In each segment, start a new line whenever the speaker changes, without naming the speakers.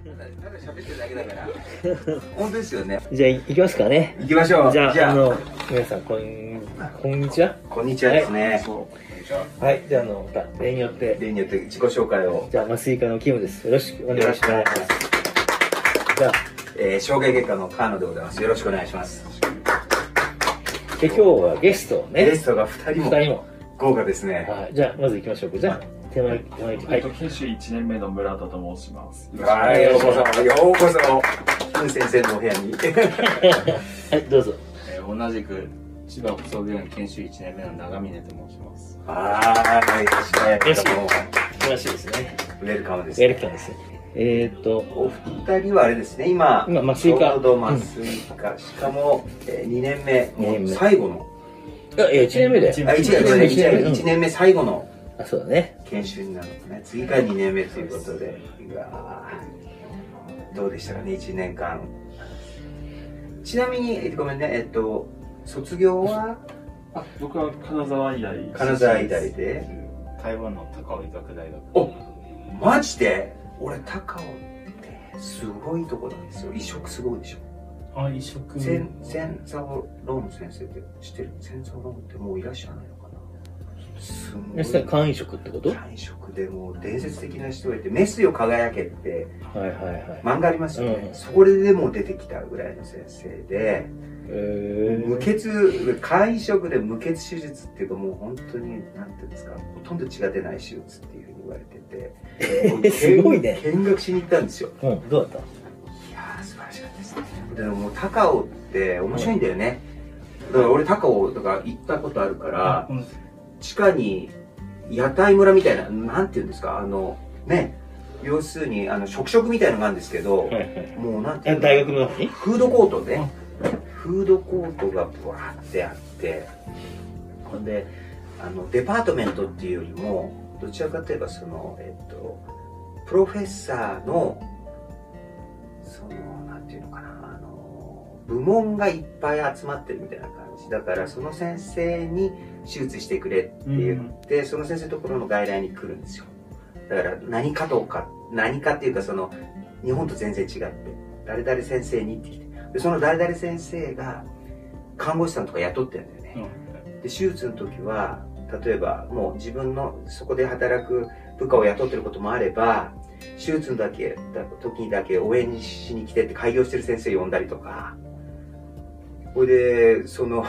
ってるだけだから。 本当ですよね。
じゃあ、いきますかね。
行きましょう。
じ
じ
ゃあ、
ゃ
あ
あ、
の、皆さん、こん、こんにちは。
こんにちはですね。
はい、じゃあ、あの、例によって、
例によって自己紹介を、
じゃあ、麻酔科のキムです。よろしくお願いします。
よろしくお願いしま
じゃあ、
えー、障害外科の河野でございます。よろしくお願いします。
で今日はゲストを
ゲ
ね、
ストが2人
二
も
人も。
豪華ですね。
はい、じゃあ、まず行きましょうか。じゃあ、手前、手前、は
えっ
い
と。研修1年目の村田と申します。
はい、ようこそ、ようこそ、キム先生のお部屋に。
はい、どうぞ。
えー同じく千葉総合病院研修1年目の長峰と申します。
はい、よろしくお願いしま
素晴らしいですね。
す。ウェルカムです
ウェルカムですね。えーっと、
お二人はあれですね、今、
今麻酔科
ちょうど麻酔科、しかも、えー、2年目、
二年
も
目
う最後の、
いや、いや1年目だよ。
あ、1年
一
目、
年目
一年目
うん
一年目最後の
あ、そうだね。
研修になるんですね。次が2年目ということで、うわーどうでしたかね、1年間。ちなみに、えっとごめんね、えっと、卒業は
あ僕は金沢医大。
金沢医大。で、
台湾の高尾医学大学。
おマジで俺、高尾ってすごいとこなんですよ。移植すごいでしょ。
あ、移植
センセンザローム先生って知ってるセンザロームってもういらっしゃらないのかなす
で、それ
ごい
肝移植ってことは
単色でもう伝説的な人がいて「メスよ輝け」って
いはいはい。
漫画ありますよね、
うん
そこででも出てきたぐらいの先生で
えー
無血肝移植で無血手術っていうかもう本当になんていうんですかほとんど血が出ない手術っていうふうに言われててもう見
すごいね
見学しに行ったんですよ
うん、どうだっ
いやー素晴らしかったですねでももう高尾って面白いんだよね、だから俺高尾とか行ったことあるから、
うん
地下に屋台村みたいななんていうんですかあのね要するにあの食食みたいのがあるんですけど、
たはいはい。
もうなんてい
え
うの
大学の方に
フードコートねフードコートがブワーってあってほんであのデパートメントっていうよりもどちらかといえばそのえっとプロフェッサーのそのなんていうのかなあの部門がいっぱい集まってるみたいな感じだからその先生に手術してくれって言って、その先生のところの外来に来るんですよだから何かとか何かっていうかその日本と全然違って誰々先生にって来てでその誰々先生が看護師さんとか雇ってるんだよね、で手術の時は例えばもう自分のそこで働く部下を雇ってることもあれば手術のだけだ時にだけ応援しに来てって開業してる先生呼んだりとかほいでその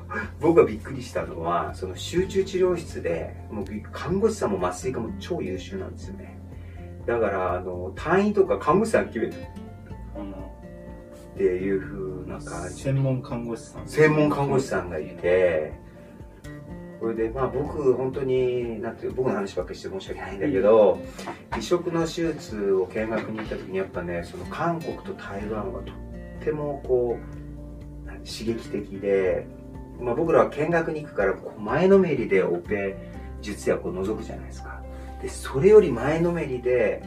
僕がびっくりしたのはその集中治療室でもう看護師さんも麻酔科も超優秀なんですよねだからあの単位とか看護師さん決めて
あの
っていう風な感じ
専門看護師さん。
専門看護師さんがい。てそれでまあ僕本当になんていう僕の話ばっかりして申し訳ないんだけど移植の手術を見学に行った時にやっぱねその韓国と台湾はとってもこうなん刺激的で、まあ、僕らは見学に行くからこう前のめりでオペ術薬を除くじゃないですかでそれより前のめりで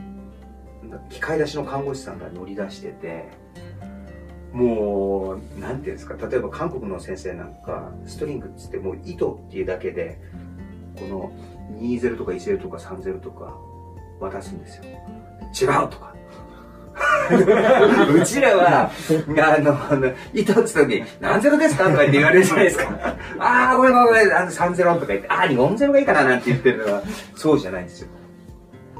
機械出しの看護師さんが乗り出しててもうなんていうんですか例えば韓国の先生なんかストリングっつってもう糸っていうだけでこの20とか10とか30とか渡すんですよ違うとか うちらはあのあの糸っつった時に「何ゼロですか?」とか言って言われるじゃないですか 「ああごめんごめんごめんあの3ゼロ」とか言って「ああ4ゼロがいいかな」なんて言ってるのはそうじゃないんですよ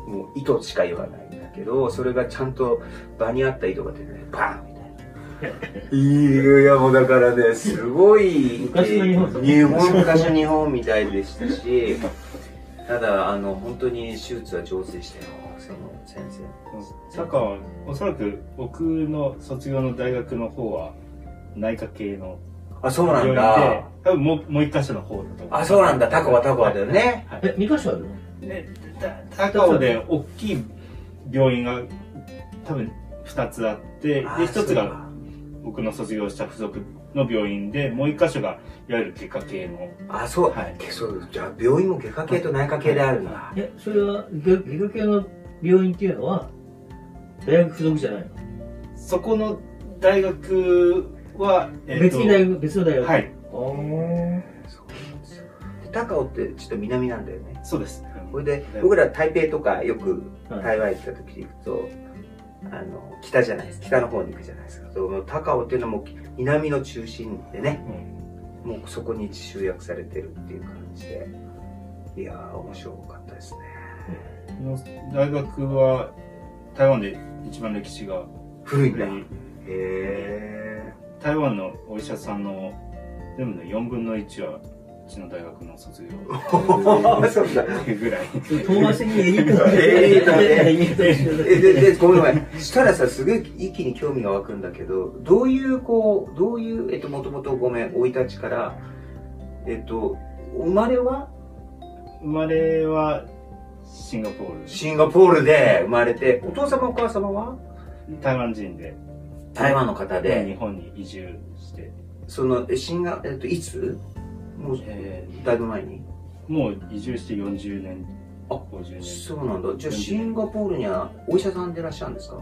もう糸しか言わないんだけどそれがちゃんと場に合った糸が出てバーンみたいな。いやもうだからねすごい
昔の日本
日本昔の日本みたいでしたしただあの本当に手術は上手でしたよその先生
佐川は、おそらく僕の卒業の大学の方は、内科系の
あそうな
病
ん
院で
だ、
多分もうもう一箇所の方だと思う。
あそうなんだタコはタコはだよね
はい。
え、二箇所あるの
でた高尾で大きい病院が多分2つあって、で、
あ
1つ
そう
が
か
僕の卒業した附属の病院で、もう1箇所がいわゆる外科系の
あそう、
はい
けそうじゃあ病院も外科系と内科系であるんだ
え、それは、外科系の病院っていうのは、大学附属じゃないの
そこの大学は、えーと
別に大学、別の大学。。
はいい
そうなんですよで高尾ってちょっと南なんだよね
そうです
それで僕ら台北とかよく
はい
台湾行った時行くとあの北じゃないです北の方に行くじゃないですかその高尾っていうのはもう南の中心でねもうそこに集約されてるっていう感じでいやー面白かったですね
この大学は台湾で一番歴史が
古いんだ
古い
へえ
台湾のお医者さんの全部の4分の1はうちの大学の卒業
ー、 そうなんだ
っていうぐらい
遠足にエリート
エリートね
エリート一緒だ
えででごめんごめんしたらさすげえ一気に興味が湧くんだけどどういうこうどういうえっともともとごめん生い立ちからえっと生まれは
生まれはシンガポー
シンガポールで生まれてお父様お母様は
ル台湾人で
台湾の方
日
で
本に移住して、
そのえシンガえっといつもう
え
だいぶ前に
ーもう移住して40年
あ
50年
そうなんだじゃあシンガポールにはお医者さんでいらっしゃるんですか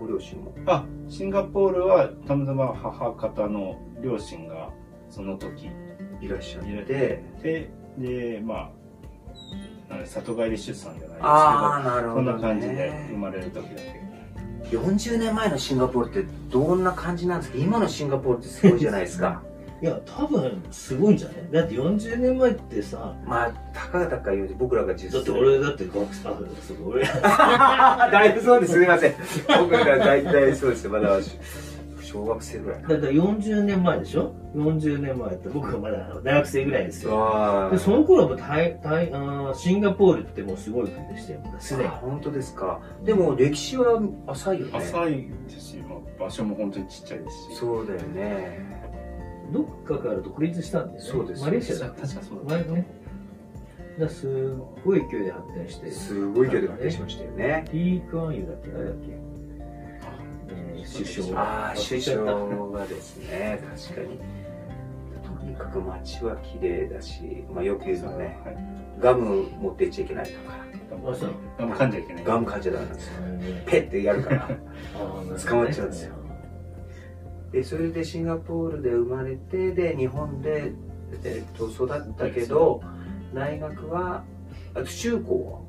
ご両親も
あシンガポールはたまたま母方の両親がその時
いらっしゃっ
いらっててででまあなんで里帰り出産じゃない
ああなるほ
ですけど
ど、
こん
ね、
な感じで生まれる時だけ
40年前のシンガポールってどんな感じなんですか今のシンガポールってすごいじゃないです か
いや多分すごいんじゃないだって40年前ってさ
まあたかがたか言うて僕らが実
だって俺だって学生あそう俺
だいぶそうですすみません僕ら大体そうですまだ小学生ぐらい
だって40年前でしょ40年前って僕はまだ大学生ぐらいですよ
わ
でその頃はもう台台あーシンガポールってもうすごい国でしたよすでに
本当ですかでも歴史は浅いよね
浅いですし、まあ、場所も本当にちっちゃいですし
そうだよね
どっかから独立したんだよね
そうです
マレーシアだっ
確かそう
け
だ
前ねだからすっごい勢いで発展して
すごい勢いで発展しましたよね
リー・クアンユだっけ誰だっけ、えー、首相
ああ首相がですね確かにとにかく街は綺麗だし、まあ、よく言うのはね
はい
ガム持っていっちゃいけないとか
あそう
ガム噛んじゃいけない
ガム噛んじゃダメなんですよ
あ
ペッてやるから
ー
捕まっちゃうんですよでそれでシンガポールで生まれてで日本で、えっと育ったけど大学はあと中高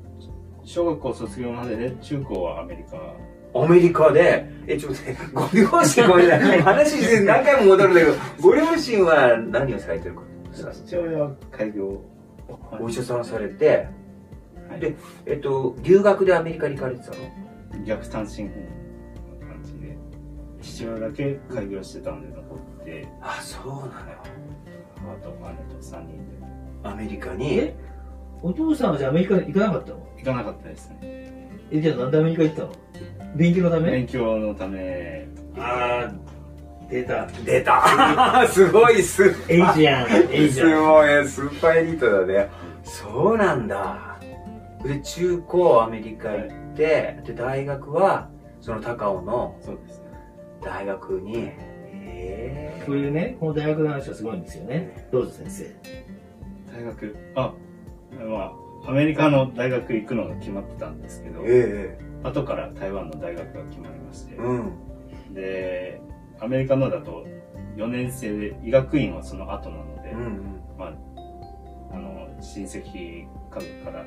小学校卒業までで中高はアメリカ
はアメリカでえちょっと待ってご両親ごめんなさい話して何回も戻るんだけどご両親は何をされてるか
父親は開業
お医者さんされて
はい
でえっと留学でアメリカに行かれてたの
逆単身赴任の感じで父親だけ開業してたんで残って
あそうなの
母と姉と3人で
アメリカに
えお父さんはじゃあアメリカ行かなかったの
行かなかったですね
えじゃあなんでアメリカ行ったの勉強のため
勉強のため
ああ出た
出た すごいすごい
エイジアンエイジ
す
アン
ごい、スーパーエリートだね。そうなんだ。で、中高アメリカ行って、で、大学は、その高尾の
そうですね
大学に、え
こういうねこの大学の話はすごいんですよねどうぞ先生
大学あまあアメリカの大学行くのが決まってたんですけど
ええ
後から台湾の大学が決まりまして
えうん。
でアメリカのだと4年生で医学院はその後なので、
うん。
まあ、あの親戚家族から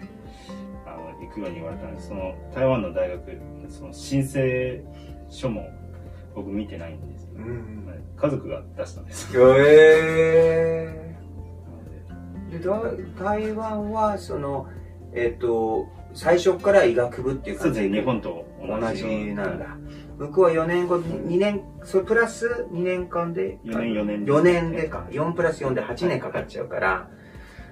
あの行くように言われたんですその台湾の大学その申請書も僕見てないんですよ、
うん。
はい家族が出したんですよ
ええで、だ台湾は、その、えっ、と、最初から医学部っていう
そ
感
うで
じ
すね
で、
日本と同
同
じ
じなんだ。向こうは4年後、2年、それプラス2年間で、
4年4年
4年でか4プラス4で8年かかっちゃうから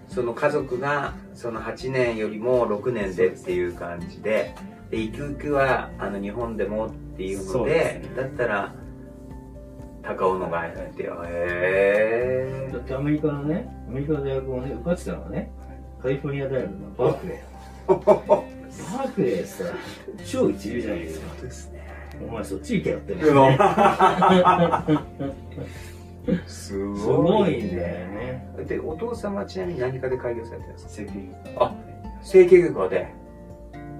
その家族がその8年よりも6年でっていう感じででゆくゆくはあの日本でもっていう
そ
の
う
で
ですね
だったら高尾のが入ってよへ
だってアメリカのねアメリカの大学もね受かってたのはねカリフォルニア大学のバークレーバークレーさ超一流じゃないですか
そうです ね
お前そっち行けよってね
うわす
すご
ご
い
い
んだよ
ね
ね
でお父さんはちなみに何かで開業されてるんですか
整形外
あ整形外科で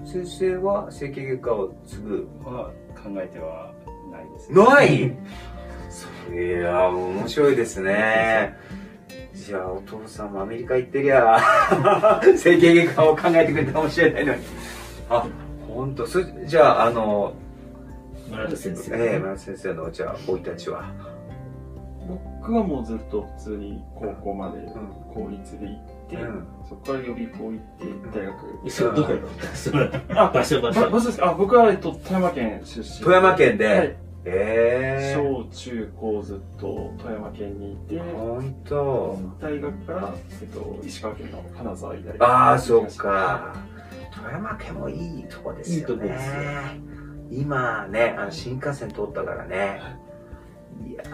先生は整形外科を継ぐ
科は考えてはないですね
ないい やー面白いですねじゃあお父さんもアメリカ行ってりゃ 整形外科を考えてくれたかもしれないのにあ本当そじゃああの
村田先生、
ええ村田先生のじゃあ生い立ちは、
僕はもうずっと普通に高校まで
うん
公立で行って、
うん
そこから予備校行って、大学。
えそれどこやったそれ
あ
場所場所
ば場所ですかあ、僕は、えっと、富山県出身。
富山県で、
はい。
ええ
小中高ずっと富山県にいて、
本当
大学から、えっと、石川県の金沢医大
ああそうか富山県もいいとこですよね
いいとこですよ
今ねあの新幹線通ったからねいやー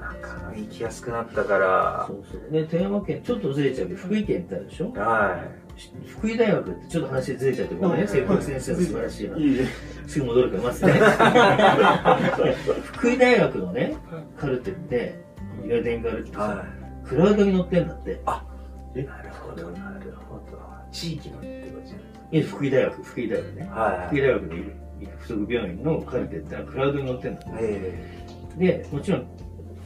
なんか行きやすくなったから
そうそうで富山県ちょっとずれちゃうけど福井県ってあるでしょ
は
福井大学ってちょっと話ずれちゃってごめんね先輩先生は素晴らしいない
いえ
すぐ戻るから待ってね 福井大学のねカルテっていわゆる電カルテっ
い
てさ
は
クラウドに載ってんだって
いなるほどなるほど地域のってことじゃない
いや福井大学福井大学ね
はい
福井大学の附属病院のカルテってのはクラウドに載ってんだって
え
でもちろん、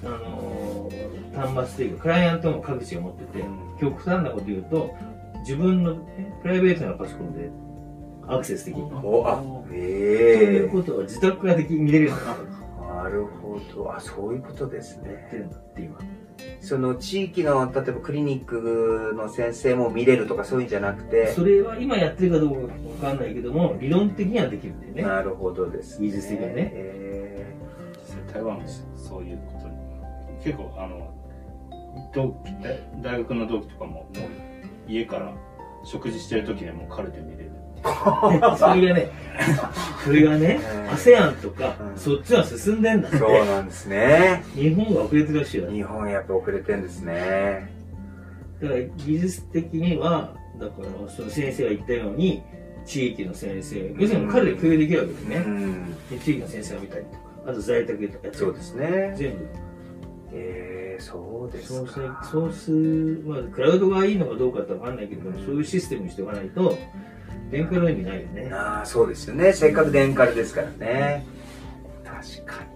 あのー端末というかクライアントも各自が持ってて極端なこと言うと自分のねプライベートなパソコンでアクセスできる
え
と
おあ
い
え
うことは自宅ができ見れるようになった
えなるほどあそういうことです
やって
ね
るんだって今
その地域の例えばクリニックの先生も見れるとかそういうんじゃなくて
それは今やってるかどうかわかんないけども理論的にはできる んだよね
なるほどです、
技術的にね
え
実際台湾もそういうことに結構あの同期大大学の同期とかももう家から食事してる時でもうカルテ見れる
それ がねそれがね
うん
ASEAN とか
うん
そっちは進んでんだっ
ー
て
そうなんです ね。
日本が遅れてるらしいよ
日本やっぱ遅れてんですね。
だから技術的にはだからその先生が言ったように地域の先生要するに彼で共有できるわけです
う
ね、
ん、
で地域の先生が見たりとかあと在宅とか
そうですね。
全部
えー、そうです
そうす
か。
そうすまあクラウドがいいのかどうかってわかんないけどそういうシステムにしておかないと電化の意味ないよね
ああ、そうですよね。せっかく電カルですからね。確かに。